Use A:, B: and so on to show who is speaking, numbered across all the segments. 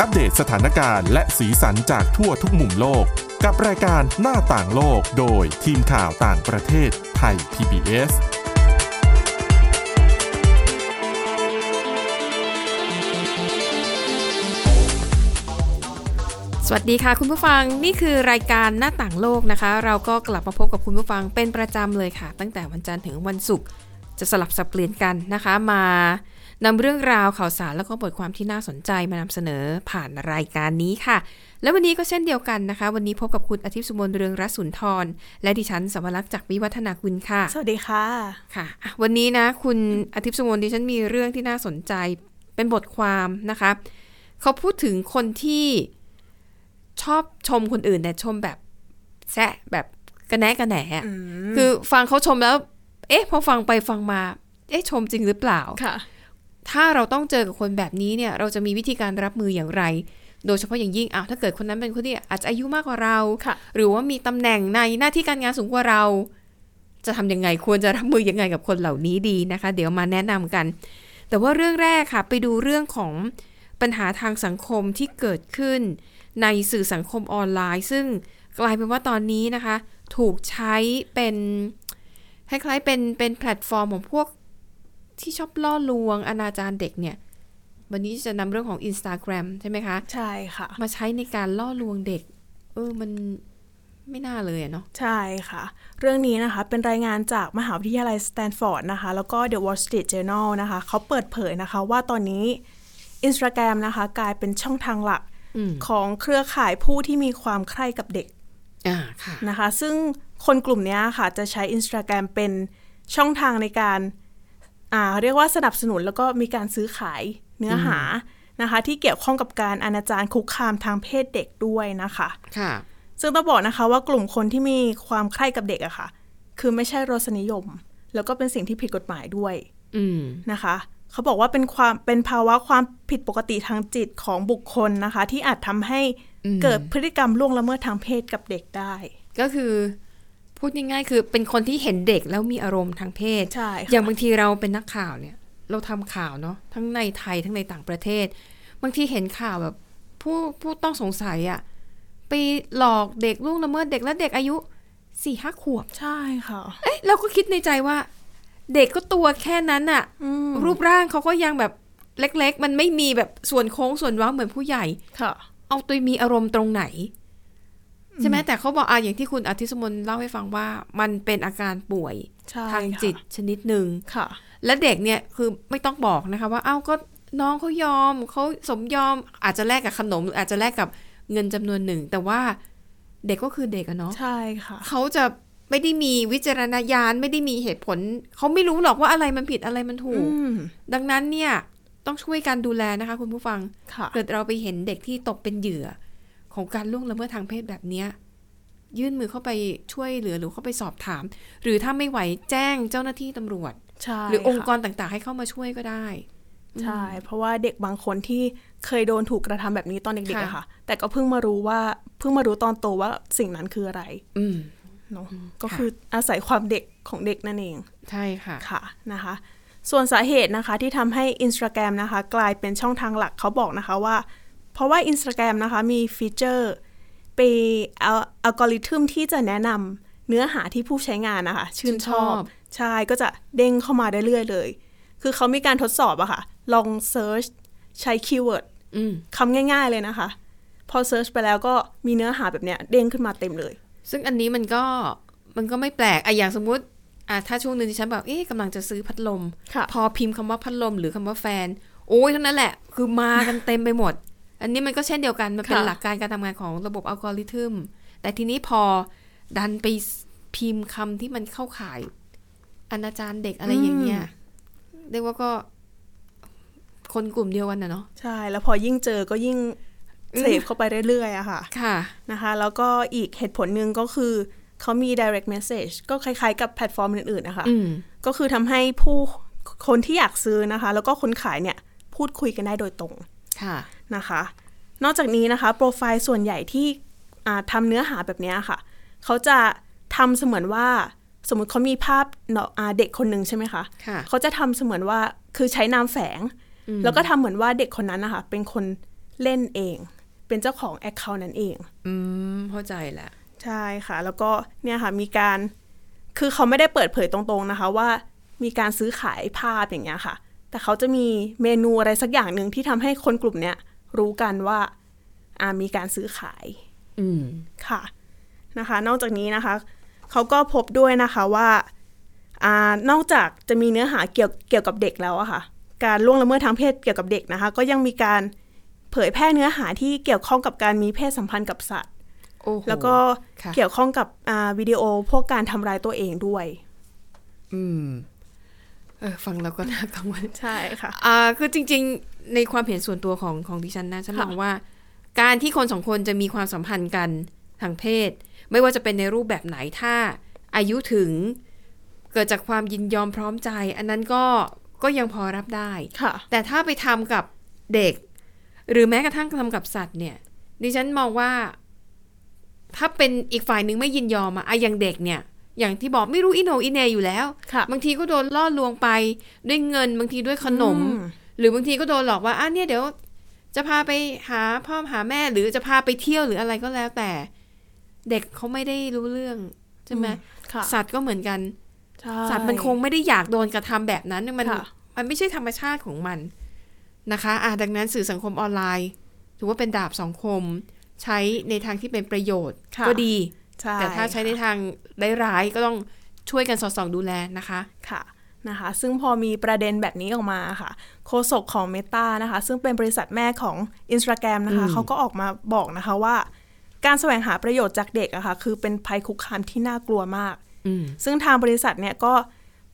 A: อัปเดตสถานการณ์และสีสันจากทั่วทุกมุมโลก กับรายการหน้าต่างโลกโดยทีมข่าวต่างประเทศไทย PBS
B: สวัสดีค่ะคุณผู้ฟังนี่คือรายการหน้าต่างโลกนะคะ เราก็กลับมาพบกับคุณผู้ฟังเป็นประจำเลยค่ะ ตั้งแต่วันจันทร์ถึงวันศุกร์จะสลับสับเปลี่ยนกันนะคะ มานำเรื่องราวข่าวสารแล้วก็บทความที่น่าสนใจมานำเสนอผ่านรายการนี้ค่ะ และวันนี้ก็เช่นเดียวกันนะคะ วันนี้พบกับคุณอาทิตย์สุมนเรืองรัศนทรและดิฉันสวรักษ์จากวิวัฒนาคุณค่ะ
C: สวัสดีค่ะ
B: ค่ะอ่ะ วันนี้นะ คุณอาทิตย์สมนดิฉันมีเรื่องที่น่าสนใจเป็นบทความนะคะ เขาพูดถึงคนที่ชอบชมคนอื่นแต่ชมแบบแซะแบบกระแนะกระแหนอะคือฟังเขาชมแล้ว เอ๊ะ พอฟังไปฟังมา เอ๊ะ ชมจริงหรือเปล่า
C: ค่ะ
B: ถ้าเราต้องเจอกับคนแบบนี้เนี่ย เราจะมีวิธีการรับมืออย่างไร โดยเฉพาะอย่างยิ่งอ้าวถ้าเกิดคนนั้นเป็นคนที่อาจจะอายุมากกว่าเรา
C: ค่ะ
B: หรือว่ามีตำแหน่งในหน้าที่การงานสูงกว่าเรา จะทำยังไงควรจะรับมือยังไงกับคนเหล่านี้ดีนะคะ เดี๋ยวมาแนะนำกัน แต่ว่าเรื่องแรกค่ะ ไปดูเรื่องของปัญหาทางสังคมที่เกิดขึ้น ในสื่อสังคมออนไลน์ ซึ่งกลายเป็นว่าตอนนี้นะคะ ถูกใช้เป็นคล้ายๆเป็นเป็นแพลตฟอร์มของพวกที่ชอบล่อลวงอนาจารเด็กเนี่ย วันนี้จะนำเรื่องของ Instagram ใช่ไหมคะ
C: ใช่ค่ะ
B: มาใช้ในการล่อลวงเด็ก เออ มันไม่น่าเลยอะเนาะ
C: ใช่ค่ะ เรื่องนี้นะคะเป็นรายงานจากมหาวิทยาลัยสแตนฟอร์ดนะคะ แล้วก็ The Wall Street Journal นะคะเขาเปิดเผยนะคะว่าตอนนี้ Instagram นะคะ กลายเป็นช่องทางหลัก
B: อืม
C: ของเครือข่ายผู้ที่มีความใคร่กับเด็ก
B: อ่า ค่ะ
C: นะคะซึ่งคนกลุ่มเนี้ยค่ะจะใช้ Instagram เป็นช่องทางในการอ่าเรียกว่าสนับสนุนแล้วก็มีการซื้อขายเนื้อหานะคะที่เกี่ยวข้องกับการอนาจารคุกคามทางเพศเด็กด้วยนะคะ
B: ค่ะ
C: ซึ่งต้องบอกนะคะว่ากลุ่มคนที่มีความใคร่กับเด็กอะค่ะ คือไม่ใช่รสนิยม แล้วก็เป็นสิ่งที่ผิดกฎหมายด้วย
B: อืม
C: นะคะ เขาบอกว่าเป็นความเป็นภาวะความผิดปกติทางจิตของบุคคลนะคะ ที่อาจทำให้เกิดพฤติกรรมล่วงละเมิดทางเพศกับเด็กได้
B: ก็คือพูดง่ายๆ คือเป็นคนที่เห็นเด็กแล้วมีอารมณ์ทางเพศ
C: ใช่ค่ะ
B: อย่างบางทีเราเป็นนักข่าวเนี่ย เราทำข่าวเนาะทั้งในไทยทั้งในต่างประเทศ บางทีเห็นข่าวแบบผู้ผู้ต้องสงสัยอะไปหลอกเด็กล่วงละเมิดเด็กและเด็กอายุสี่ห้าขวบ
C: ใช่ค่ะ
B: เอ๊ะเราก็คิดในใจว่า เด็กก็ตัวแค่นั้นอะ
C: อืม
B: รูปร่างเขาก็ยังแบบเล็กๆ มันไม่มีแบบส่วนโค้งส่วนเว้าเหมือนผู้ใหญ่
C: ค่ะ
B: เอาตัวมีอารมณ์ตรงไหน ใช่ไหมแต่เขาบอกอ่ะอย่างที่คุณอาทิตย์สมนเล่าให้ฟังว่ามันเป็นอาการป่วย
C: ใช่
B: ทาง
C: ค่ะ
B: จิตชนิดหนึ่ง
C: ค่ะ
B: และเด็กเนี่ยคือไม่ต้องบอกนะคะว่าเอ้าก็น้องเขายอมเขาสมยอมอาจจะแลกกับขนมหรืออาจจะแลกกับเงินจำนวนหนึ่ง แต่ว่าเด็กก็คือเด็กอะเนาะ
C: ใช่ค่ะ
B: เขาจะไม่ได้มีวิจารณญาณไม่ได้มีเหตุผล เขาไม่รู้หรอกว่าอะไรมันผิดอะไรมันถู
C: อื
B: ก
C: ม
B: ดังนั้นเนี่ยต้องช่วยกันดูแลนะคะคุณผู้ฟัง
C: ค่ะ
B: เกิดเราไปเห็นเด็กที่ตกเป็นเหยื่อ ของการล่วงละเมิดทางเพศแบบเนี้ยยื่นมือเข้าไปช่วยเหลือหรือเข้าไปสอบถาม หรือถ้าไม่ไหวแจ้งเจ้าหน้าที่ตำรวจ
C: ใช่
B: หรือองค์ก
C: ค่ะ
B: รต่างๆ ให้เข้ามาช่วยก็ได้
C: ใช่ เพราะว่าเด็กบางคนที่เคยโดนถูกกระทำแบบนี้ตอนเด็ก
B: ค่ะ
C: ๆอะค่ะ แต่ก็เพิ่งมารู้ว่า เพิ่งมารู้ตอนโตว่าสิ่งนั้นคืออะไร
B: อืม
C: เนาะ ก็
B: ค่ะ
C: คืออาศัยความเด็กของเด็กนั่นเอง
B: ใช่ค่ะ
C: ค่ะนะคะ ส่วนสาเหตุนะคะที่ทำให้ Instagram นะคะ กลายเป็นช่องทางหลักเขาบอกนะคะว่า เพราะว่า Instagram นะคะมีฟีเจอร์เป็นอัลกอริทึมที่จะแนะนำเนื้อหาที่ผู้ใช้งานนะคะ ชื่นชอบ
B: ชื่นชอบ
C: ใช่ก็จะเด้งเข้ามาเรื่อยๆเลย คือเขามีการทดสอบอะค่ะ ลองเซิร์ชใช้คีย์เวิร์ด
B: อืม
C: คำง่ายๆเลยนะคะ พอเซิร์ชไปแล้วก็มีเนื้อหาแบบเนี้ยเด้งขึ้นมาเต็มเลย
B: ซึ่งอันนี้มันก็มันก็ไม่แปลกอะอย่างสมมุติอะถ้าช่วงหนึ่งที่ฉันแบบเอ๊ะกำลังจะซื้อพัดลม
C: ค่ะ
B: พอพิมพ์คำว่าพัดลมหรือคำว่าแฟน โอ้ยเท่านั้นแหละ คือมากันเต็มไปหมด อันนี้มันก็เช่นเดียวกัน มันเป็น
C: ค่ะ
B: หลักการการทำงานของระบบอัลกอริทึมแต่ทีนี้พอดันไปพิมพ์คำที่มันเข้าข่ายอนาจารเด็กอะไรอย่างเงี้ยเรียกว่าก็ คนกลุ่มเดียวกันนะเนาะ
C: ใช่ แล้วพอยิ่งเจอก็ยิ่งเสพเข้าไปเรื่อยๆอะค่ะ
B: ค่ะ
C: นะคะแล้วก็อีกเหตุผลหนึ่งก็คือ เขามี direct message ก็คล้ายๆกับแพลตฟอร์มอื่นๆนะคะ
B: อืม
C: ก็คือทำให้ผู้คนที่อยากซื้อนะคะ แล้วก็คนขายเนี่ยพูดคุยกันได้โดยตรง
B: ค่ะ
C: นะคะ นอกจากนี้นะคะ โปรไฟล์ส่วนใหญ่ที่อ่าทำเนื้อหาแบบเนี้ยค่ะ เขาจะทำเสมือนว่าสมมติเขามีภาพเนอะอ่าเด็กคนหนึ่งใช่ไหมคะ
B: ค่ะ
C: เขาจะทำเสมือนว่าคือใช้นามแฝง แล้วก็ทำเหมือนว่าเด็กคนนั้นนะคะเป็นคน เล่นเอง เป็นเจ้าของ Account นั้นเอง
B: อืมเข้าใจละ
C: ใช่ค่ะ แล้วก็เนี่ยค่ะมีการคือเขาไม่ได้เปิดเผยตรงๆนะคะ ว่ามีการซื้อขายภาพอย่างเงี้ยค่ะ แต่เขาจะมีเมนูอะไรสักอย่างหนึ่งที่ทำให้คนกลุ่มเนี้ยรู้กันว่าอ่ามีการซื้อขาย
B: อืม
C: ค่ะนะคะ นอกจากนี้นะคะ เขาก็พบด้วยนะคะว่าอานอกจากจะมีเนื้อหาเกี่ยวเกี่ยวกับเด็กแล้วอะค่ะ การล่วงละเมิดทางเพศเกี่ยวกับเด็กนะคะ ก็ยังมีการเผยแพร่เนื้อหาที่เกี่ยวข้องกับการมีเพศสัมพันธ์กับสัตว์
B: โอ้โห
C: แล้วก็
B: ค่ะ
C: เกี่ยวข้องกับอ่าวิดีโอพวกการทำร้ายตัวเองด้วย
B: อืมเออฟังแล้วก็น่ากังวล
C: ใช่ค่ะ
B: อ่าคือจริงๆในความเห็นส่วนตัวของของดิฉันนะฉันม
C: ค่ะ
B: องว่า การที่คนสองคนจะมีความสัมพันธ์กันทางเพศ ไม่ว่าจะเป็นในรูปแบบไหนถ้า อายุถึงเกิดจากความยินยอมพร้อมใจ อันนั้นก็ก็ยังพอรับได้
C: ค่ะ
B: แต่ถ้าไปทำกับเด็ก หรือแม้กระทั่งทำกับสัตว์เนี่ย ดิฉันมองว่า ถ้าเป็นอีกฝ่ายหนึ่งไม่ยินยอมอะอะอย่างเด็กเนี่ย อย่างที่บอกไม่รู้อิโหนอิเหนอยู่แล้ว
C: ค่ะ
B: บางทีก็โดนล่อลวงไปด้วยเงินบางทีด้วยขนม
C: อืม
B: หรือบางทีก็โดนหลอกว่าอ่ะเนี่ยเดี๋ยวจะพาไปหาพ่อหาแม่หรือจะพาไปเที่ยวหรืออะไรก็แล้วแต่ เด็กเขาไม่ได้รู้เรื่องใช่ไหม
C: ค่ะ
B: สัตว์ก็เหมือนกัน
C: ใช่
B: สัตว์มันคงไม่ได้อยากโดนกระทำแบบนั้นมัน
C: ค่ะ
B: มันไม่ใช่ธรรมชาติของมันนะคะอ่ะดังนั้นสื่อสังคมออนไลน์ ถือว่าเป็นดาบสองคม ใช้ในทางที่เป็นประโยชน์
C: ค่ะ
B: ก็ดี
C: ช่
B: แต่ถ้าใช้ในทางร้ายๆก็ต้องช่วยกันสอดส่องดูแลนะคะ
C: ค่ะนะคะซึ่งพอมีประเด็นแบบนี้ออกมาค่ะโฆษกของ Meta นะคะซึ่งเป็นบริษัทแม่ของ Instagram นะคะเขาก็ออกมาบอกนะคะว่า การแสวงหาประโยชน์จากเด็กอะค่ะคือเป็นภัยคุกคามที่น่ากลัวมาก
B: อืม
C: ซึ่งทางบริษัทเนี่ยก็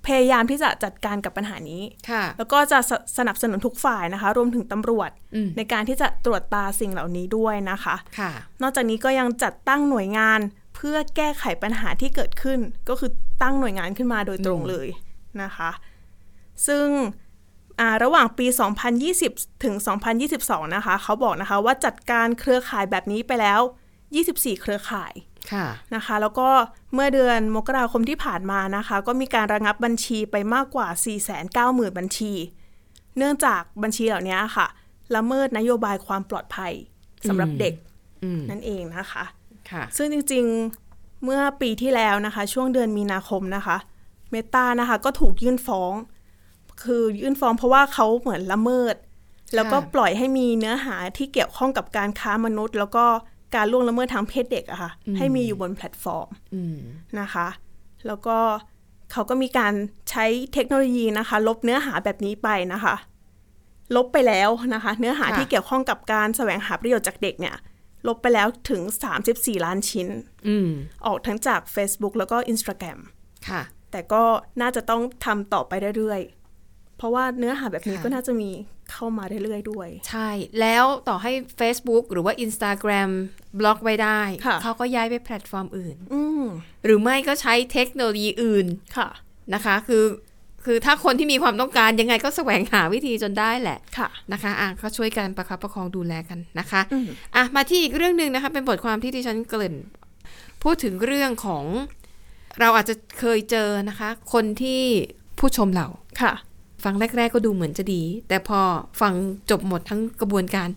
C: พยายามที่จะจัดการกับปัญหานี้
B: ค่ะ
C: แล้วก็จะสสนับสนุนทุกฝ่ายนะคะ รวมถึงตำรวจ
B: อืม
C: ในการที่จะตรวจตาสิ่งเหล่านี้ด้วยนะคะ
B: ค่ะ
C: นอกจากนี้ก็ยังจัดตั้งหน่วยงานเพื่อแก้ไขปัญหาที่เกิดขึ้น ก็คือตั้งหน่วยงานขึ้นมาโดยตรงเลยนะคะ ซึ่งอ่าระหว่างปี 2020 ถึง 2022 นะคะ เขาบอกนะคะว่าจัดการเครือข่ายแบบนี้ไปแล้ว 24 เครือข่าย
B: ค่ะ
C: นะคะ แล้วก็เมื่อเดือนมกราคมที่ผ่านมานะคะ ก็มีการระงับบัญชีไปมากกว่า 490,000 บัญชี เนื่องจากบัญชีเหล่านี้ค่ะละเมิดนโยบายความปลอดภัยสำหรับเด็ก
B: อืม
C: นั่นเองนะคะ
B: ค่ะ
C: ซึ่งจริงๆ เมื่อปีที่แล้วนะคะ ช่วงเดือนมีนาคมนะคะ เมตานะคะก็ถูกยื่นฟ้อง คือยื่นฟ้องเพราะว่าเขาเหมือนละเมิด แล้วก็ปล่อยให้มีเนื้อหาที่เกี่ยวข้องกับการค้ามนุษย์ แล้วก็การล่วงละเมิดทางเพศเด็กอะค่ะ ให้มีอยู่บนแพลตฟอร์ม
B: อืม
C: นะคะ แล้วก็เขาก็มีการใช้เทคโนโลยีนะคะ ลบเนื้อหาแบบนี้ไปนะคะ ลบไปแล้วนะคะ เนื้อหา
B: ค่ะ
C: ที่เกี่ยวข้องกับการแสวงหาประโยชน์จากเด็กเนี่ย ลบไปแล้วถึง 34 ล้านชิ้น
B: อืม
C: ออกทั้งจาก Facebook แล้วก็ Instagram
B: ค่ะ
C: แต่ก็น่าจะต้องทำต่อไปเรื่อยๆ เพราะว่าเนื้อหาแบบนี้
B: ค่ะ
C: ก็น่าจะมีเข้ามาเรื่อยๆด้วย
B: ใช่ แล้วต่อให้ Facebook หรือว่า Instagram บล็อกไว้ได้
C: ค่ะ
B: เขาก็ย้ายไปแพลตฟอร์มอื่น
C: อืม
B: หรือไม่ก็ใช้เทคโนโลยีอื่น
C: ค่ะ
B: นะคะ คือ คือถ้าคนที่มีความต้องการยังไงก็แสวงหาวิธีจนได้แหละ
C: ค่ะ
B: นะคะอ่ะก็ช่วยกันประคับประคองดูแลกันนะคะ
C: อืม
B: อ่ะ มาที่อีกเรื่องหนึ่งนะคะ เป็นบทความที่ดิฉันเกริ่น พูดถึงเรื่องของ เราอาจจะเคยเจอนะคะ คนที่ผู้ชมเรา
C: ค่ะ
B: ฟังแรก ๆ ก็ดูเหมือนจะดี แต่พอฟังจบหมดทั้งกระบวนการ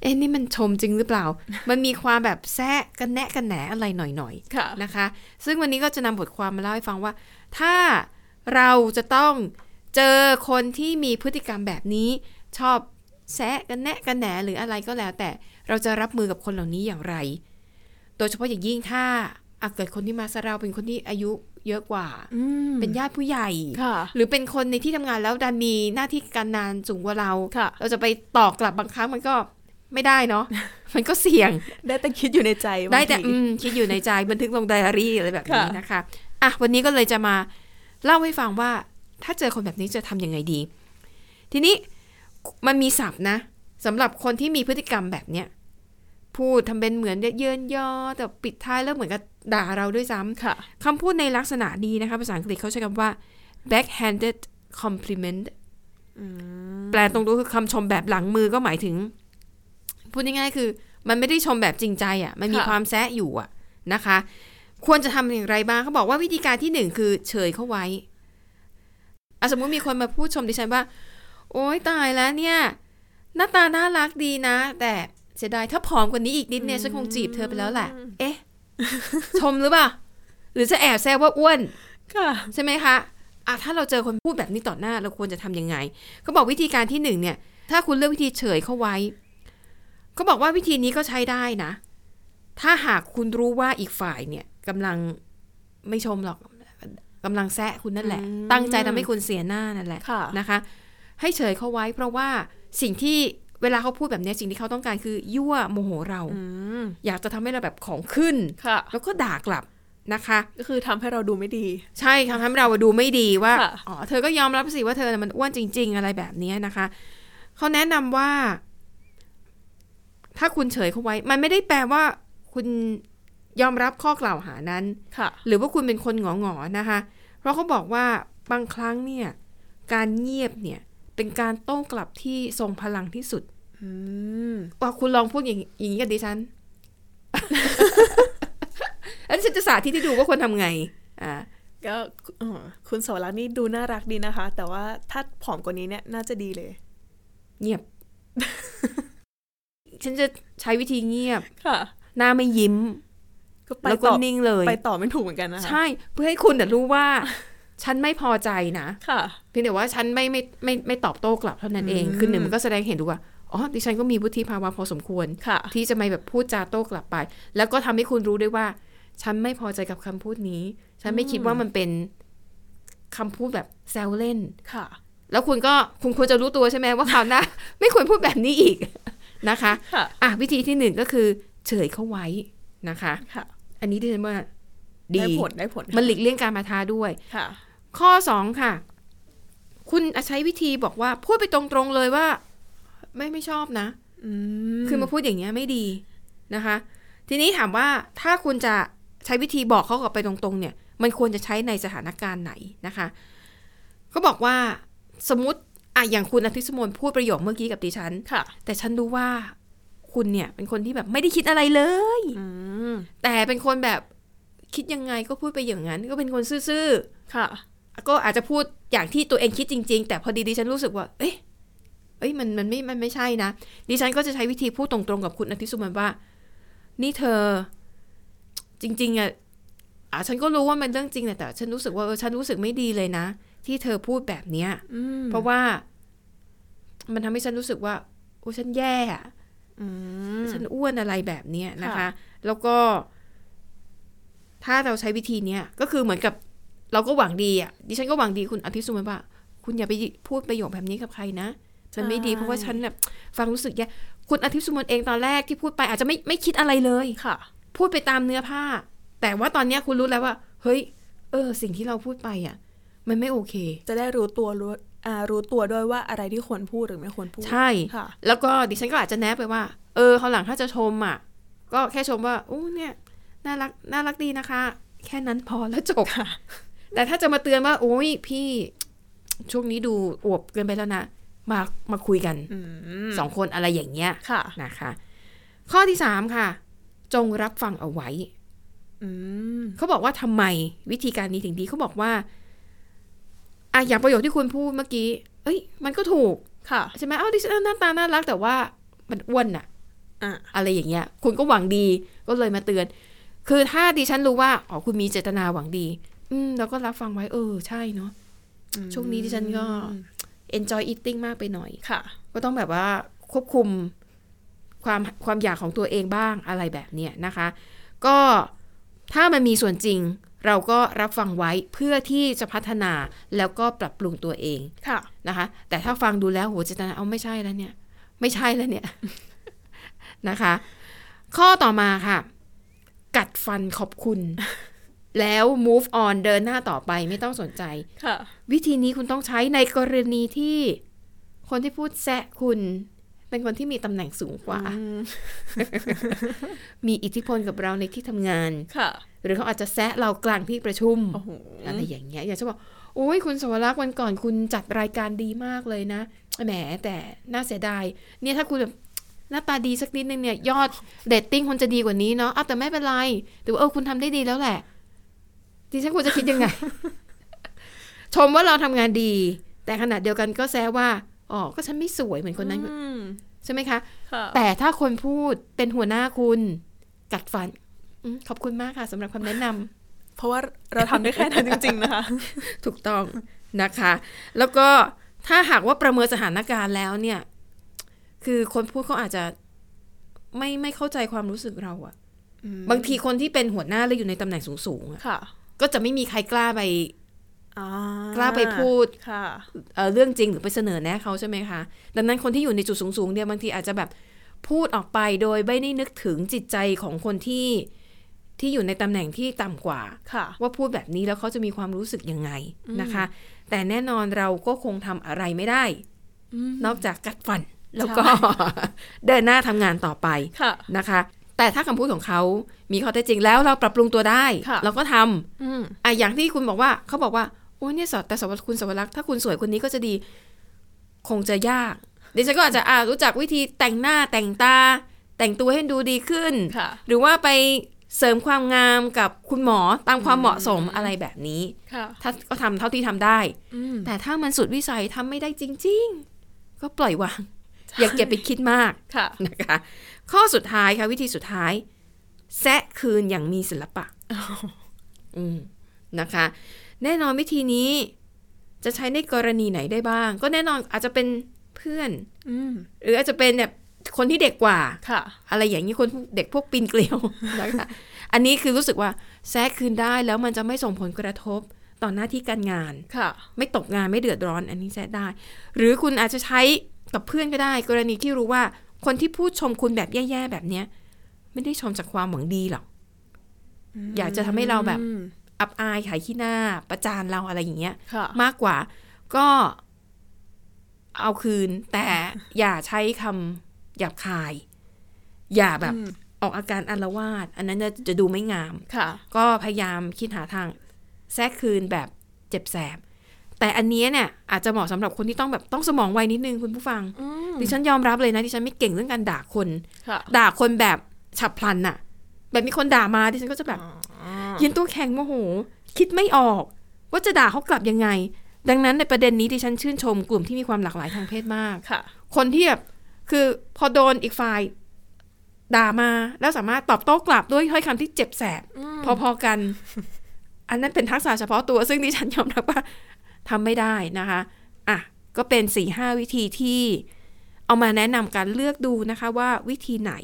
B: เอ๊ะนี่มันชมจริงหรือเปล่า มันมีความแบบแซะกันแนะกันแหนอะไรหน่อย
C: ค่ะ
B: ๆนะคะ ซึ่งวันนี้ก็จะนำบทความมาเล่าให้ฟังว่า ถ้าเราจะต้องเจอคนที่มีพฤติกรรมแบบนี้ ชอบแซะกันแนะกันแหนหรืออะไรก็แล้ว แต่เราจะรับมือกับคนเหล่านี้อย่างไร โดยเฉพาะอย่างยิ่งถ้าอาเกิดคนที่มาซะเราเป็นคนที่อายุเยอะกว่า
C: อืม
B: เป็นญาติผู้ใหญ่
C: ค่ะ
B: หรือเป็นคนในที่ทำงานแล้วดันมีหน้าที่การงานสูงกว่าเรา
C: ค่ะ
B: เราจะไปตอกกลับบางครั้งมันก็ไม่ได้เนาะ มันก็เสี่ยง
C: ได้แต่คิดอยู่ในใจบาง
B: ได้แต่
C: ที
B: อืมคิดอยู่ในใจ บันทึกลงไดอารี่อะไรแบบนี้
C: ค่ะ
B: นะคะ อ่ะ วันนี้ก็เลยจะมาเล่าให้ฟังว่า ถ้าเจอคนแบบนี้จะทำยังไงดี ทีนี้มันมีศัพท์นะสำหรับคนที่มีพฤติกรรมแบบเนี้ยพูดทำเป็นเหมือนเยินยอ แต่ปิดท้ายแล้วเหมือนกับด่าเราด้วยซ้ำ
C: ค่ะ
B: คำพูดในลักษณะนี้นะคะ ภาษาอังกฤษเขาใช้คำว่า backhanded compliment แปลตรงตัวคือคำชมแบบหลังมือก็หมายถึง พูดง่ายๆคือ มันไม่ได้ชมแบบจริงใจอะ่ะ มันมี
C: ค่ะ
B: ความแซะอยู่อ่ะนะคะ ควรจะทำอย่างไรบ้างเขาบอกว่าวิธีการที่หนึ่งคือเฉยเข้าไว้อ่ะสมมุติมีคนมาพูดชมดิฉันว่า โอ๊ยตายแล้วเนี่ย หน้าตาน่ารักดีนะ แต่เสียดายถ้าผอมกว่านี้อีกนิดเนี่ยฉันคงจีบเธอไปแล้วแหละ เอ๊ะ ชมหรือเปล่า หรือจะแอบแซวว่าอ้วน
C: ค่ะ
B: ใช่ไหมคะอ่ะถ้าเราเจอคนพูดแบบนี้ต่อหน้าเราควรจะทำยังไง เขาบอกวิธีการที่หนึ่งเนี่ย ถ้าคุณเลือกวิธีเฉยเข้าไว้ เขาบอกว่าวิธีนี้ก็ใช้ได้นะ ถ้าหากคุณรู้ว่าอีกฝ่ายเนี่ยกำลังไม่ชมหรอกกำลังแซะคุณนั่นแหละ
C: อืม
B: ตั้งใจทำให้คุณเสียหน้านั่นแหละ
C: ค่ะ
B: นะคะ ให้เฉยเข้าไว้ เพราะว่าสิ่งที่เวลาเขาพูดแบบเนี้ยสิ่งที่เขาต้องการคือยั่วโมโหเรา
C: อืม
B: อยากจะทำให้เราแบบของขึ้น
C: ค่ะ
B: แล้วก็ด่ากลับนะคะ
C: ก็คือทำให้เราดูไม่ดี
B: ใช่ค่ะทำให้เราดูไม่ดีว่า
C: ค่ะ
B: อ๋อ เธอก็ยอมรับสิว่าเธอน่ะมันอ้วนจริง ๆ อะไรแบบเนี้ยนะคะ เขาแนะนำว่า ถ้าคุณเฉยเขาไว้ มันไม่ได้แปลว่า คุณยอมรับข้อกล่าวหานั้น
C: ค่ะ
B: หรือว่าคุณเป็นคนหงอๆนะคะ เพราะเขาบอกว่าบางครั้งเนี่ย การเงียบเนี่ย เป็นการโต้กลับที่ทรงพลังที่สุด
C: อืม
B: ว่าคุณลองพูดอย่างอย่างนี้กับดิฉัน อันนฉันจะสาธิตให้ดูว่าควรทำไง อ่า
C: ก็เอ่อคุณสวรักษ์นี่ดูน่ารักดีนะคะ แต่ว่าถ้าผอมกว่านี้เนี่ยน่าจะดีเลย
B: เงียบ ฉันจะใช้วิธีเงียบ
C: ค่ะ
B: หน้าไม่ยิ้ม
C: ก็ไป
B: แล้วก็
C: ต่อ
B: นิ่งเลย
C: ไปต่อไม่ถูกเหมือนกันนะคะ
B: ใช่ เพื่อให้คุณน่ะรู้ว่า ฉันไม่พอใจนะ
C: ค่ะ
B: เพียงแต่ว่าฉันไม่ไม่ไม่ไม่ตอบโต้กลับเท่านั้นเอง
C: อืม
B: คือหนึ่งมันก็แสดงเห็นดูว่า อ๋อ ดิฉันก็มีวุฒิภาวะพอสมควร
C: ค่ะ
B: ที่จะไม่แบบพูดจาโต้กลับไป แล้วก็ทำให้คุณรู้ด้วยว่า ฉันไม่พอใจกับคำพูดนี้ ฉันไม่คิดว่ามันเป็นคำพูดแบบแซวเล่น
C: ค่ะ
B: แล้วคุณก็คุณควรจะรู้ตัวใช่ไหมว่าคราวห น้า ไม่ควรพูดแบบนี้อีก นะคะ
C: ค่ะ
B: อ่ะวิธีที่หนึ่งก็คือเฉยเข้าไว้นะคะ
C: ค่ะ
B: อันนี้ดิฉันว่าดี
C: ได้ผลได้ผล
B: มันหลีกเลี่ยงการมาทาด้วย
C: ค่ะ
B: ข้อสองค่ะ คุณอาจใช้วิธีบอกว่า พูดไปตรงๆเลยว่า ไม่ไม่ชอบนะ
C: อืม
B: คือมาพูดอย่างเงี้ยไม่ดีนะคะ ทีนี้ถามว่าถ้าคุณจะใช้วิธีบอกเขากลับไปตรงๆ เนี่ย มันควรจะใช้ในสถานการณ์ไหนนะคะเขาบอกว่าสมมติอ่ะอย่างคุณอาทิตย์สมนพูดประโยคเมื่อกี้กับดิฉัน
C: ค่ะ
B: แต่ฉันรู้ว่าคุณเนี่ยเป็นคนที่แบบไม่ได้คิดอะไรเลย
C: อืม
B: แต่เป็นคนแบบคิดยังไงก็พูดไปอย่างนั้น ก็เป็นคนซื่อ
C: ค่ะ
B: ๆก็อาจจะพูดอย่างที่ตัวเองคิดจริง ๆ แต่พอดีดิฉันรู้สึกว่า เอ๊ะเอ้ยมันมันไม่มันไม่ใช่นะดิฉันก็จะใช้วิธีพูดตรงๆกับคุณอาทิตย์สุมันว่า นี่เธอ จริงๆอะอ่ะฉันก็รู้ว่ามันเรื่องจริงแหละแต่ ฉันรู้สึกว่าเออฉันรู้สึกไม่ดีเลยนะ ที่เธอพูดแบบเนี้ย
C: อืม
B: เพราะว่า มันทำให้ฉันรู้สึกว่าโอ้ฉันแย่อะ
C: อืม
B: ฉันอ้วนอะไรแบบเนี้ยนะคะ
C: ค่ะ
B: แล้วก็ ถ้าเราใช้วิธีเนี้ยก็คือเหมือนกับเราก็หวังดีอ่ะ ดิฉันก็หวังดีคุณอธิสุมนว่า คุณอย่าไปพูดประโยคแบบนี้กับใครนะ มันไม่ดีเพราะว่าฉันแบบฟังรู้สึกแย่คุณอธิสุมนเองตอนแรกที่พูดไปอาจจะไม่ไม่คิดอะไรเลย
C: ค่ะ
B: พูดไปตามเนื้อผ้า แต่ว่าตอนเนี้ยคุณรู้แล้วว่า เฮ้ย เออ สิ่งที่เราพูดไปอ่ะ มันไม่โอเค
C: จะได้รู้ตัวรู้อ่ารู้ตัวด้วยว่าอะไรที่ควรพูดหรือไม่ควรพูด
B: ใช่
C: ค่ะ
B: แล้วก็ดิฉันก็อาจจะแนะไปว่า เออเขาวหลังถ้าจะชมอ่ะ ก็แค่ชมว่าอู้เนี่ยน่ารักน่ารักดีนะคะ แค่นั้นพอแล้วจ บแต่ถ้าจะมาเตือนว่าโอ้ยพี่ช่วงนี้ดูอวบเกินไปแล้วนะ มามาคุยกัน
C: อืม
B: สองคนอะไรอย่างเงี้ย
C: ค่ะ
B: นะคะ ข้อที่สามค่ะ จงรับฟังเอาไว้
C: อืม
B: เขาบอกว่าทำไมวิธีการนี้ถึงดีเขาบอกว่าอ่ะอย่างประโยคที่คุณพูดเมื่อกี้เอ้ย มันก็ถูก
C: ค่ะ
B: ใช่ไหมเอ้าดิฉันหน้าตาน่ารักแต่ว่ามันอ้วนน่ะ
C: อ่ะ
B: อะไรอย่างเงี้ย คุณก็หวังดี ก็เลยมาเตือน คือถ้าดิฉันรู้ว่า อ๋อ คุณมีเจตนาหวังดี อืม แล้วก็รับฟังไว้ เออ ใช่เนาะ ช่วงนี้ดิฉันก็ enjoy eating มากไปหน่อย
C: ค่ะ
B: ก็ต้องแบบว่าควบคุมความความอยากของตัวเองบ้างอะไรแบบเนี้ยนะคะ ก็ถ้ามันมีส่วนจริง เราก็รับฟังไว้เพื่อที่จะพัฒนาแล้วก็ปรับปรุงตัวเอง
C: ค่ะ
B: นะคะแต่ถ้าฟังดูแล้วโหเจตนาเอาไม่ใช่แล้วเนี่ย ไม่ใช่แล้วเนี่ย นะคะ ข้อต่อมาค่ะ กัดฟันขอบคุณ แล้ว move on เดินหน้าต่อไปไม่ต้องสนใจ
C: ค่ะ
B: วิธีนี้คุณต้องใช้ในกรณีที่คนที่พูดแซะคุณ เป็นคนที่มีตำแหน่งสูงกว่า
C: อืม
B: มีอิทธิพลกับเราในที่ทำงาน
C: ค่ะ
B: หรือเขาอาจจะแซะเรากลางที่ประชุม
C: โอ้โห
B: อะไรอย่างเงี้ยอยากจะบอกโอ้ยคุณสวรักษ์วันก่อนคุณจัดรายการดีมากเลยนะแหมแต่น่าเสียดายเนี่ยถ้าคุณแบบหน้าตาดีสักนิดนึงเนี่ยยอดเดตติ้งคุณจะดีกว่านี้เนาะเอาแต่ไม่เป็นไรแต่ว่าเออคุณทำได้ดีแล้วแหละดิฉันควรจะคิดยังไง ชมว่าเราทำงานดี แต่ขณะเดียวกันก็แซวว่าอ๋อก็ฉันไม่สวยเหมือนคนนั้น
C: อืม
B: ใช่ไหมคะ
C: ค่ะ
B: แต่ถ้าคนพูดเป็นหัวหน้าคุณกัดฟันอืมขอบคุณมากค่ะสำหรับคำแนะนำ
C: เพราะว่าเราทำได้แค่นั้นจริง ๆ นะคะ
B: ถูกต้อง นะคะ แล้วก็ถ้าหากว่าประเมินสถานการณ์แล้วเนี่ย คือคนพูดเขาอาจจะไม่ไม่เข้าใจความรู้สึกเราอะ
C: อืม
B: บางทีคนที่เป็นหัวหน้าและอยู่ในตำแหน่งสูงๆอะ
C: ค่ะ
B: ก็จะไม่มีใครกล้าไป
C: อ่าก
B: ล้าไปพูด
C: ค่ะ
B: เอ่อเรื่องจริงหรือไปเสนอแนะเขาใช่ไหมคะ ดังนั้นคนที่อยู่ในจุดสูงๆเนี่ยบางทีอาจจะแบบพูดออกไปโดยไม่ได้นึกถึงจิตใจของคนที่ที่อยู่ในตำแหน่งที่ต่ำกว่า
C: ค่ะ
B: ว่าพูดแบบนี้แล้วเขาจะมีความรู้สึกยังไงนะคะ แต่แน่นอนเราก็คงทำอะไรไม่ได้
C: อืม
B: นอกจากกัดฟัน แล้วก็ เดินหน้าทำงานต่อไป
C: ค่ะ
B: นะคะ แต่ถ้าคำพูดของเขามีข้อเท็จจริงแล้วเราปรับปรุงตัวได้
C: ค่ะ
B: เราก็ท
C: อืม
B: ำอ่ะอย่างที่คุณบอกว่าเขาบอกว่าโอ้ยเนี่ยสอดแต่สวัสดิ์คุณสวรักษ์ถ้าคุณสวยคนนี้ก็จะดี คงจะยากดิฉันก็อาจจะอ่ะรู้จักวิธีแต่งหน้าแต่งตา แต่งตัวให้ดูดีขึ้น
C: ค่ะ
B: หรือว่าไปเสริมความงามกับคุณหมอตามความเหมาะสมอะไรแบบนี้
C: ค่ะ
B: ถ้าก็ทำเท่าที่ทำได้
C: อืม
B: แต่ถ้ามันสุดวิสัยทำไม่ได้จริง ๆ ก็ปล่อยวาง อย่าเก็บไปคิดมาก
C: ค่ะ
B: นะคะ ข้อสุดท้ายค่ะวิธีสุดท้าย แซะคืนอย่างมีศิลปะอืมนะคะ แน่นอนวิธีนี้จะใช้ในกรณีไหนได้บ้าง ก็แน่นอนอาจจะเป็นเพื่อน
C: อืม
B: หรืออาจจะเป็นแบบคนที่เด็กกว่า
C: ค่ะ
B: อะไรอย่างนี้คนเด็กพวกปีนเกลียว นะคะ อันนี้คือรู้สึกว่าแทรกคืนได้แล้วมันจะไม่ส่งผลกระทบต่อหน้าที่การงาน
C: ค่ะ
B: ไม่ตกงานไม่เดือดร้อน อันนี้แทรกได้ หรือคุณอาจจะใช้กับเพื่อนก็ได้ กรณีที่รู้ว่าคนที่พูดชมคุณแบบแย่ๆแบบเนี้ย ไม่ได้ชมจากความหวังดีหรอก อยากจะทำให้เราแบบ
C: อืม
B: อับอายขายขี้หน้า ประจานเราอะไรอย่างเงี้ย
C: ค่ะ
B: มากกว่าก็เอาคืน แต่อย่าใช้คำหยาบคาย อย่าแบบ
C: อืม
B: ออกอาการอารวาสอันนั้นจะจะดูไม่งาม
C: ค่ะ
B: ก็พยายามคิดหาทางแทรกคืนแบบเจ็บแสบ แต่อันเนี้ยเนี่ยอาจจะเหมาะสำหรับคนที่ต้องแบบต้องสมองไวนิดนึงคุณผู้ฟัง
C: อืม
B: ดิฉันยอมรับเลยนะดิฉันไม่เก่งเรื่องการด่าคน
C: ค่ะ
B: ด่าคนแบบฉับพลันน่ะ แบบมีคนด่ามาดิฉันก็จะแบบ ยืนตัวแข็งโมโห คิดไม่ออก ว่าจะด่าเขากลับยังไง ดังนั้นในประเด็นนี้ดิฉันชื่นชมกลุ่มที่มีความหลากหลายทางเพศมาก
C: ค่ะ
B: คนที่แบบคือพอโดนอีกฝ่ายด่ามาแล้วสามารถตอบโต้กลับด้วยถ้อยคำที่เจ็บแสบ
C: อืม
B: พอๆกัน อันนั้นเป็นทักษะเฉพาะตัว ซึ่งดิฉันยอมรับว่าทำไม่ได้นะคะอ่ะก็เป็นสี่ห้าวิธีที่ เอามาแนะนำการเลือกดูนะคะว่าวิธีไหน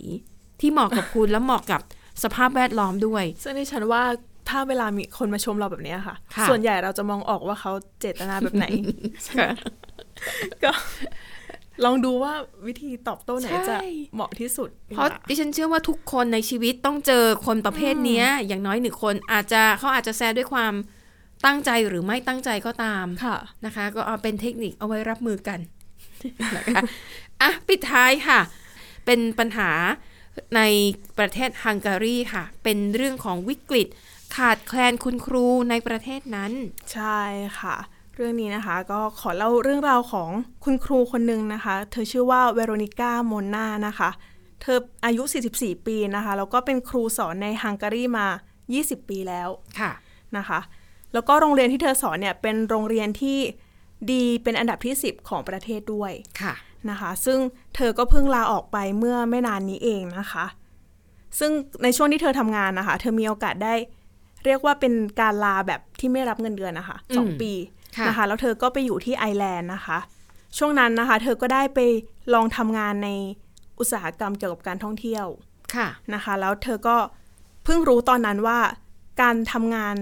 B: ที่เหมาะกับคุณและเหมาะกับสภาพแวดล้อมด้วย
C: ซึ่งดิฉันว่าถ้าเวลามีคนมาชมเราแบบเนี้ยค่ะ
B: ค่ะ
C: ส่วนใหญ่เราจะมองออกว่าเขาเจตนา แบบไหน ก็ ลองดูว่าวิธีตอบโต้ไหนจะ
B: ใช่
C: เหมาะที่สุด
B: เพราะดิฉันเชื่อว่าทุกคนในชีวิตต้องเจอคนประเภทเนี้ย อย่างน้อยหนึ่งคนอาจจะเขาอาจจะแซดด้วยความตั้งใจหรือไม่ตั้งใจก็ตาม
C: ค่ะ
B: นะคะ ก็เอาเป็นเทคนิคเอาไว้รับมือกัน นะคะอ่ะปิดท้ายค่ะ เป็นปัญหาในประเทศฮังการีค่ะ เป็นเรื่องของวิกฤต ขาดแคลนคุณครูในประเทศนั้น
C: ใช่ค่ะ เรื่องนี้นะคะก็ขอเล่าเรื่องราวของคุณครูคนหนึ่งนะคะ เธอชื่อว่าเวโรนิก้าโมนานะคะ เธออายุ 44 ปีนะคะแล้วก็เป็นครูสอนในฮังการีมา 20 ปีแล้ว
B: ค่ะ
C: นะคะแล้วก็โรงเรียนที่เธอสอนเนี่ยเป็นโรงเรียนที่ดีเป็นอันดับที่ 10 ของประเทศด้วย
B: ค่ะ
C: นะคะ ซึ่งเธอก็เพิ่งลาออกไปเมื่อไม่นานนี้เองนะคะ ซึ่งในช่วงที่เธอทำงานนะคะ เธอมีโอกาสได้ เรียกว่าเป็นการลาแบบที่ไม่รับเงินเดือนนะคะสอง
B: อืม
C: ปี
B: ค่ะ
C: นะคะแล้วเธอก็ไปอยู่ที่ไอร์แลนด์นะคะ ช่วงนั้นนะคะ เธอก็ได้ไปลองทำงานในอุตสาหกรรมเกี่ยวกับการท่องเที่ยว
B: ค่ะ
C: นะคะแล้วเธอก็เพิ่งรู้ตอนนั้นว่าการทำงาน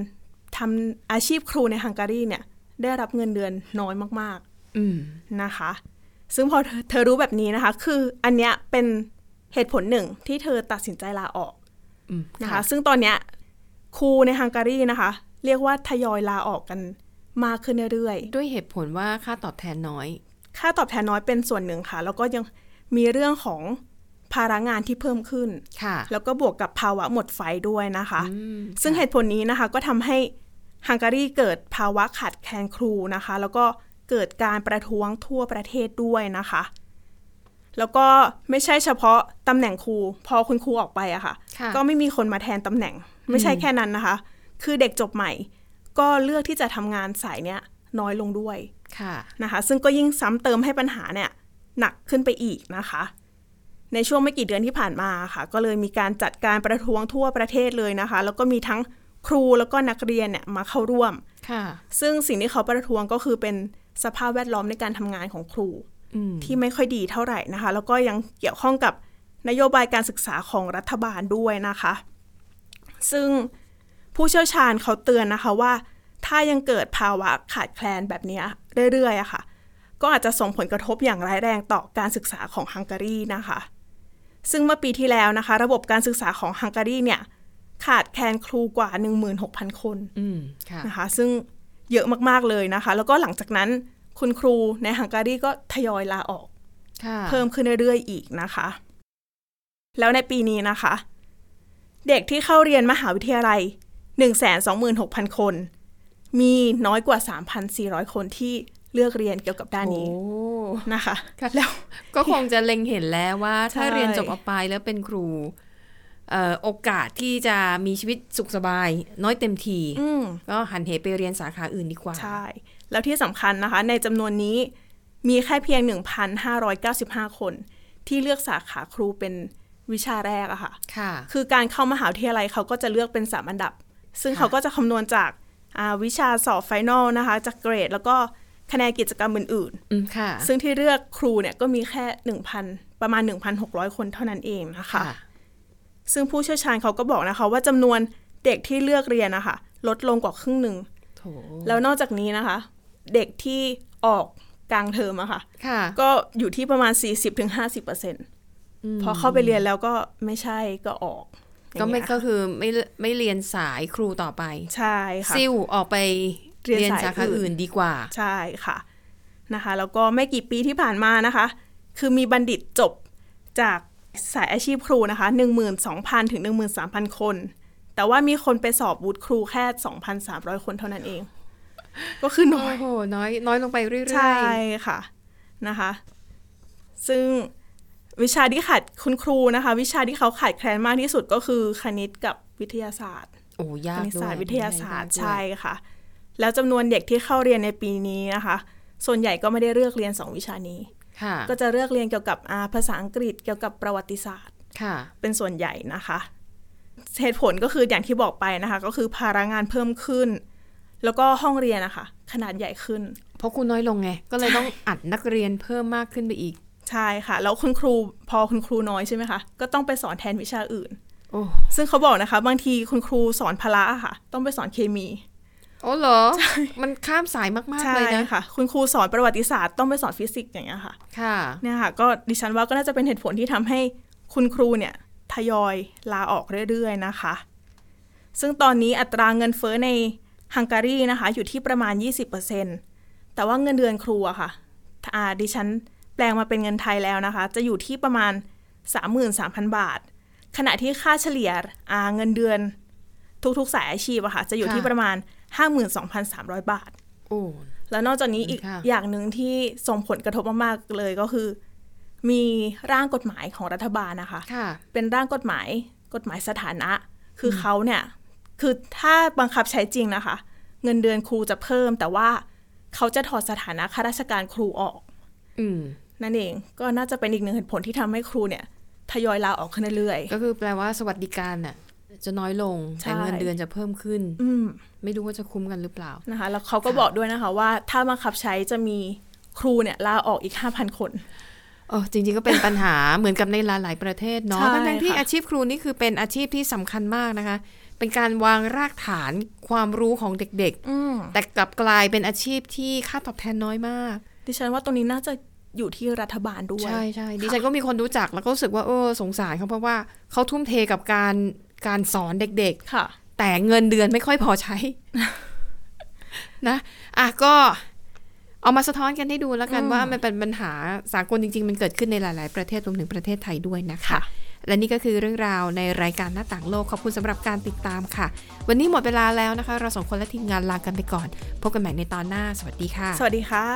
C: ทำอาชีพครูในฮังการีเนี่ยได้รับเงินเดือนน้อยมาก
B: อืม
C: ๆนะคะ ซึ่งพอเธอเธอรู้แบบนี้นะคะ คืออันเนี้ยเป็นเหตุผลหนึ่งที่เธอตัดสินใจลาออก
B: อืม
C: นะคะ ซึ่งตอนเนี้ยครูในฮังการีนะคะ เรียกว่าทยอยลาออกกันมากขึ้นเรื่อย
B: ด้วยเหตุผลว่าค่าตอบแทนน้อย
C: ๆค่าตอบแทนน้อยเป็นส่วนหนึ่งค่ะ แล้วก็ยังมีเรื่องของภาระงานที่เพิ่มขึ้น
B: ค่ะ
C: แล้วก็บวกกับภาวะหมดไฟด้วยนะคะ
B: อืม
C: ซึ่งเหตุผลนี้นะคะก็ทำให้ฮังการีเกิดภาวะขาดแคลนครูนะคะ แล้วก็เกิดการประท้วงทั่วประเทศด้วยนะคะ แล้วก็ไม่ใช่เฉพาะตำแหน่งครู พอคุณครูออกไปอะค่ะ
B: ค่ะ
C: ก็ไม่มีคนมาแทนตำแหน่ง ไม่ใช่แค่นั้นนะคะ คือเด็กจบใหม่ ก็เลือกที่จะทำงานสายเนี้ยน้อยลงด้วย
B: ค่ะ
C: นะคะซึ่งก็ยิ่งซ้ำเติมให้ปัญหาเนี่ยหนักขึ้นไปอีกนะคะ ในช่วงไม่กี่เดือนที่ผ่านมาค่ะ ก็เลยมีการจัดการประท้วงทั่วประเทศเลยนะคะ แล้วก็มีทั้งครูแล้วก็นักเรียนเนี่ยมาเข้าร่วม
B: ค่ะ
C: ซึ่งสิ่งที่เขาประท้วงก็คือเป็นสภาพแวดล้อมในการทำงานของครู
B: อืม
C: ที่ไม่ค่อยดีเท่าไหร่นะคะ แล้วก็ยังเกี่ยวข้องกับนโยบายการศึกษาของรัฐบาลด้วยนะคะ ซึ่งผู้เชี่ยวชาญเขาเตือนนะคะว่า ถ้ายังเกิดภาวะขาดแคลนแบบเนี้ยเรื่อยๆอะค่ะ ก็อาจจะส่งผลกระทบอย่างร้ายแรงต่อการศึกษาของฮังการีนะคะ ซึ่งเมื่อปีที่แล้วนะคะ ระบบการศึกษาของฮังการีเนี่ยขาดแคลนครูกว่า 16,000 คน
B: อืม ค่ะ
C: นะคะซึ่งเยอะมากๆเลยนะคะ แล้วก็หลังจากนั้นคุณครูในฮังการีก็ทยอยลาออก
B: ค่ะ
C: เพิ่มขึ้นเรื่อยๆอีกนะคะ แล้วในปีนี้นะคะ เด็กที่เข้าเรียนมหาวิทยาลัย 126,000 คน มีน้อยกว่า 3,400 คนที่เลือกเรียนเกี่ยวกับด้านนี้
B: โอ้
C: นะคะ
B: ค่ะแล้ว ก็คงจะเล็งเห็นแล้วว่า ถ้า
C: ใช่
B: เรียนจบออกไปแล้วเป็นครูเอ่อโอกาสที่จะมีชีวิตสุขสบาย น้อยเต็มที
C: อืม
B: ก็หันเหไปเรียนสาขาอื่นดีกว่า
C: ใช่ แล้วที่สำคัญนะคะ ในจำนวนนี้มีแค่เพียง 1,595 คน ที่เลือกสาขาครูเป็นวิชาแรกอะค่ะ
B: ค่ะ
C: คือการเข้ามหาวิทยาลัยเขาก็จะเลือกเป็นสามอันดับ ซึ่ง
B: ค่ะ
C: เขาก็จะคำนวณจากอ่าวิชาสอบไฟนอลนะคะ จากเกรด แล้วก็คะแนนกิจกรรมอื่น
B: อืมค่ะ
C: ๆ ซึ่งที่เลือกครูเนี่ยก็มีแค่ 1,000 ประมาณ 1,600 คนเท่านั้นเองนะคะ ซึ่งผู้เชี่ยวชาญเขาก็บอกนะคะ ว่าจำนวนเด็กที่เลือกเรียนนะคะลดลงกว่าครึ่งหนึ่ง
B: โถ
C: แล้วนอกจากนี้นะคะ เด็กที่ออกกลางเทอมอะค่ะ
B: ค่ะ
C: ก็อยู่ที่ประมาณ 40-50%พอเข้าไปเรียนแล้วก็ไม่ใช่ก็ออก
B: ก็ไม่
C: อย่างเงี้ย
B: ก็คือไม่ไม่เรียนสายครูต่อไป
C: ใช่ค่ะ
B: ซิ่วออกไป
C: เรียน
B: เรียน
C: สาย
B: สาขา
C: อื่น
B: อื่นดีกว่า
C: ใช่ค่ะนะคะแล้วก็ไม่กี่ปีที่ผ่านมานะคะ คือมีบัณฑิตจบจากสายอาชีพครูนะคะ 12,000 ถึง 13,000 คน แต่ว่ามีคนไปสอบวุฒิครูแค่ 2,300 คนเท่านั้นเอง ก็คือน้อย
B: โอ้โห น้อย น้อยลงไปเรื่อยๆ
C: ใช่ค่ะนะคะ ซึ่งวิชาที่ขาดคุณครูนะคะ วิชาที่เขาขาดแคลนมากที่สุดก็คือคณิตกับวิทยาศาสตร์
B: โอ้ยา
C: ค
B: ก
C: ณิต
B: ด้วย
C: ศาสตร์วิทยาศาสตร์
B: ง่
C: ใช่
B: ยด้วย
C: ค่ะ แล้วจำนวนเด็กที่เข้าเรียนในปีนี้นะคะ ส่วนใหญ่ก็ไม่ได้เลือกเรียนสองวิชานี้
B: ค่ะ
C: ก็จะเลือกเรียนเกี่ยวกับอ่าภาษาอังกฤษเกี่ยวกับประวัติศาสตร์
B: ค่ะ
C: เป็นส่วนใหญ่นะคะ เหตุผลก็คืออย่างที่บอกไปนะคะ ก็คือภาระงานเพิ่มขึ้น แล้วก็ห้องเรียนนะคะขนาดใหญ่ขึ้น
B: เพราะคุณน้อยลงไง ก็เลยต้องอัดนักเรียนเพิ่มมากขึ้นไปอีก
C: ใช่ค่ะ แล้วคุณครูพอคุณครูน้อยใช่ไหมคะ ก็ต้องไปสอนแทนวิชาอื่น
B: โอ้
C: ซึ่งเขาบอกนะคะ บางทีคุณครูสอนพละอะค่ะ ต้องไปสอนเคมี
B: โอ้เหรอ มันข้ามสายมากๆ
C: ใช่
B: เลยนะ
C: ค่ะ คุณครูสอนประวัติศาสตร์ต้องไปสอนฟิสิกส์อย่างเงี้ยค่ะ
B: ค่ะ
C: เนี่ยค่ะ ก็ดิฉันว่าก็น่าจะเป็นเหตุผลที่ทำให้คุณครูเนี่ยทยอยลาออกเรื่อยๆนะคะ ซึ่งตอนนี้อัตราเงินเฟ้อในฮังการีนะคะ อยู่ที่ประมาณ 20%แต่ว่าเงินเดือนครูอะค่ะอ่าดิฉันแปลงมาเป็นเงินไทยแล้วนะคะ จะอยู่ที่ประมาณ 33,000 บาท ขณะที่ค่าเฉลี่ยอ่าเงินเดือนทุกๆสายอาชีพอะค่ะจะอยู่ที่
B: ค่ะ
C: ประมาณ 52,300 บาท
B: โอ้
C: แล้วนอกจากนี้อีก
B: ค่ะ
C: อย่างหนึ่งที่ส่งผลกระทบมากๆเลยก็คือ มีร่างกฎหมายของรัฐบาลนะคะ
B: ค่ะ
C: เป็นร่างกฎหมายกฎหมายสถานะ คือเขาเนี่ยคือถ้าบังคับใช้จริงนะคะ เงินเดือนครูจะเพิ่ม แต่ว่าเขาจะถอดสถานะข้าราชการครูออก
B: อืม
C: นั่นเองก็น่าจะเป็นอีกหนึ่งเหตุผลที่ทำให้ครูเนี่ยทยอยลาออกขึ้นเรื่อยๆ
B: ก็คือแปลว่าสวัสดิการน่ะ จะน้อยลง
C: ใช่
B: แต่เงินเดือนจะเพิ่มขึ้น
C: อืม
B: ไม่รู้ว่าจะคุ้มกันหรือเปล่า
C: นะคะ แล้วเขาก็บอกด้วยนะคะว่าถ้าบังคับใช้จะมีครูเนี่ยลาออกอีก 5,000 คน
B: เออจริงๆก็เป็นปัญหา เหมือนกับในหลายๆประเทศเนาะ
C: ใช่
B: ทั้งๆที่
C: ค่ะ
B: อาชีพครูนี่คือเป็นอาชีพที่สำคัญมากนะคะ เป็นการวางรากฐานความรู้ของเด็ก
C: อืม
B: ๆ แต่กลับกลายเป็นอาชีพที่ค่าตอบแทนน้อยมาก
C: ดิฉันว่าตรงนี้น่าจะอยู่ที่รัฐบาลด้วย
B: ใช่ใช่ดิฉันก็มีคนรู้จักแล้วก็รู้สึกว่าเออสงสารเขาเพราะว่าเขาทุ่มเทกับการการสอนเด็ก
C: ค่ะ
B: ๆ แต่เงินเดือนไม่ค่อยพอใช้ นะอ่ะก็เอามาสะท้อนกันให้ดูแล้วกันว่ามันเป็นปัญหาสากลจริง ๆ มันเกิดขึ้นในหลาย ๆ ประเทศรวมถึงประเทศไทยด้วยนะคะ และนี่ก็คือเรื่องราวในรายการหน้าต่างโลก ขอบคุณสำหรับการติดตามค่ะ วันนี้หมดเวลาแล้วนะคะ เราสองคนและทีมงานลากันไปก่อน พบกันใหม่ในตอนหน้า สวัสดีค่ะ
C: สวัสดีค่ะ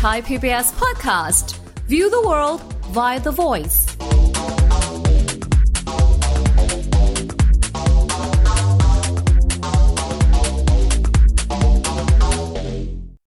D: Thai PBS podcast. View the world via the voice.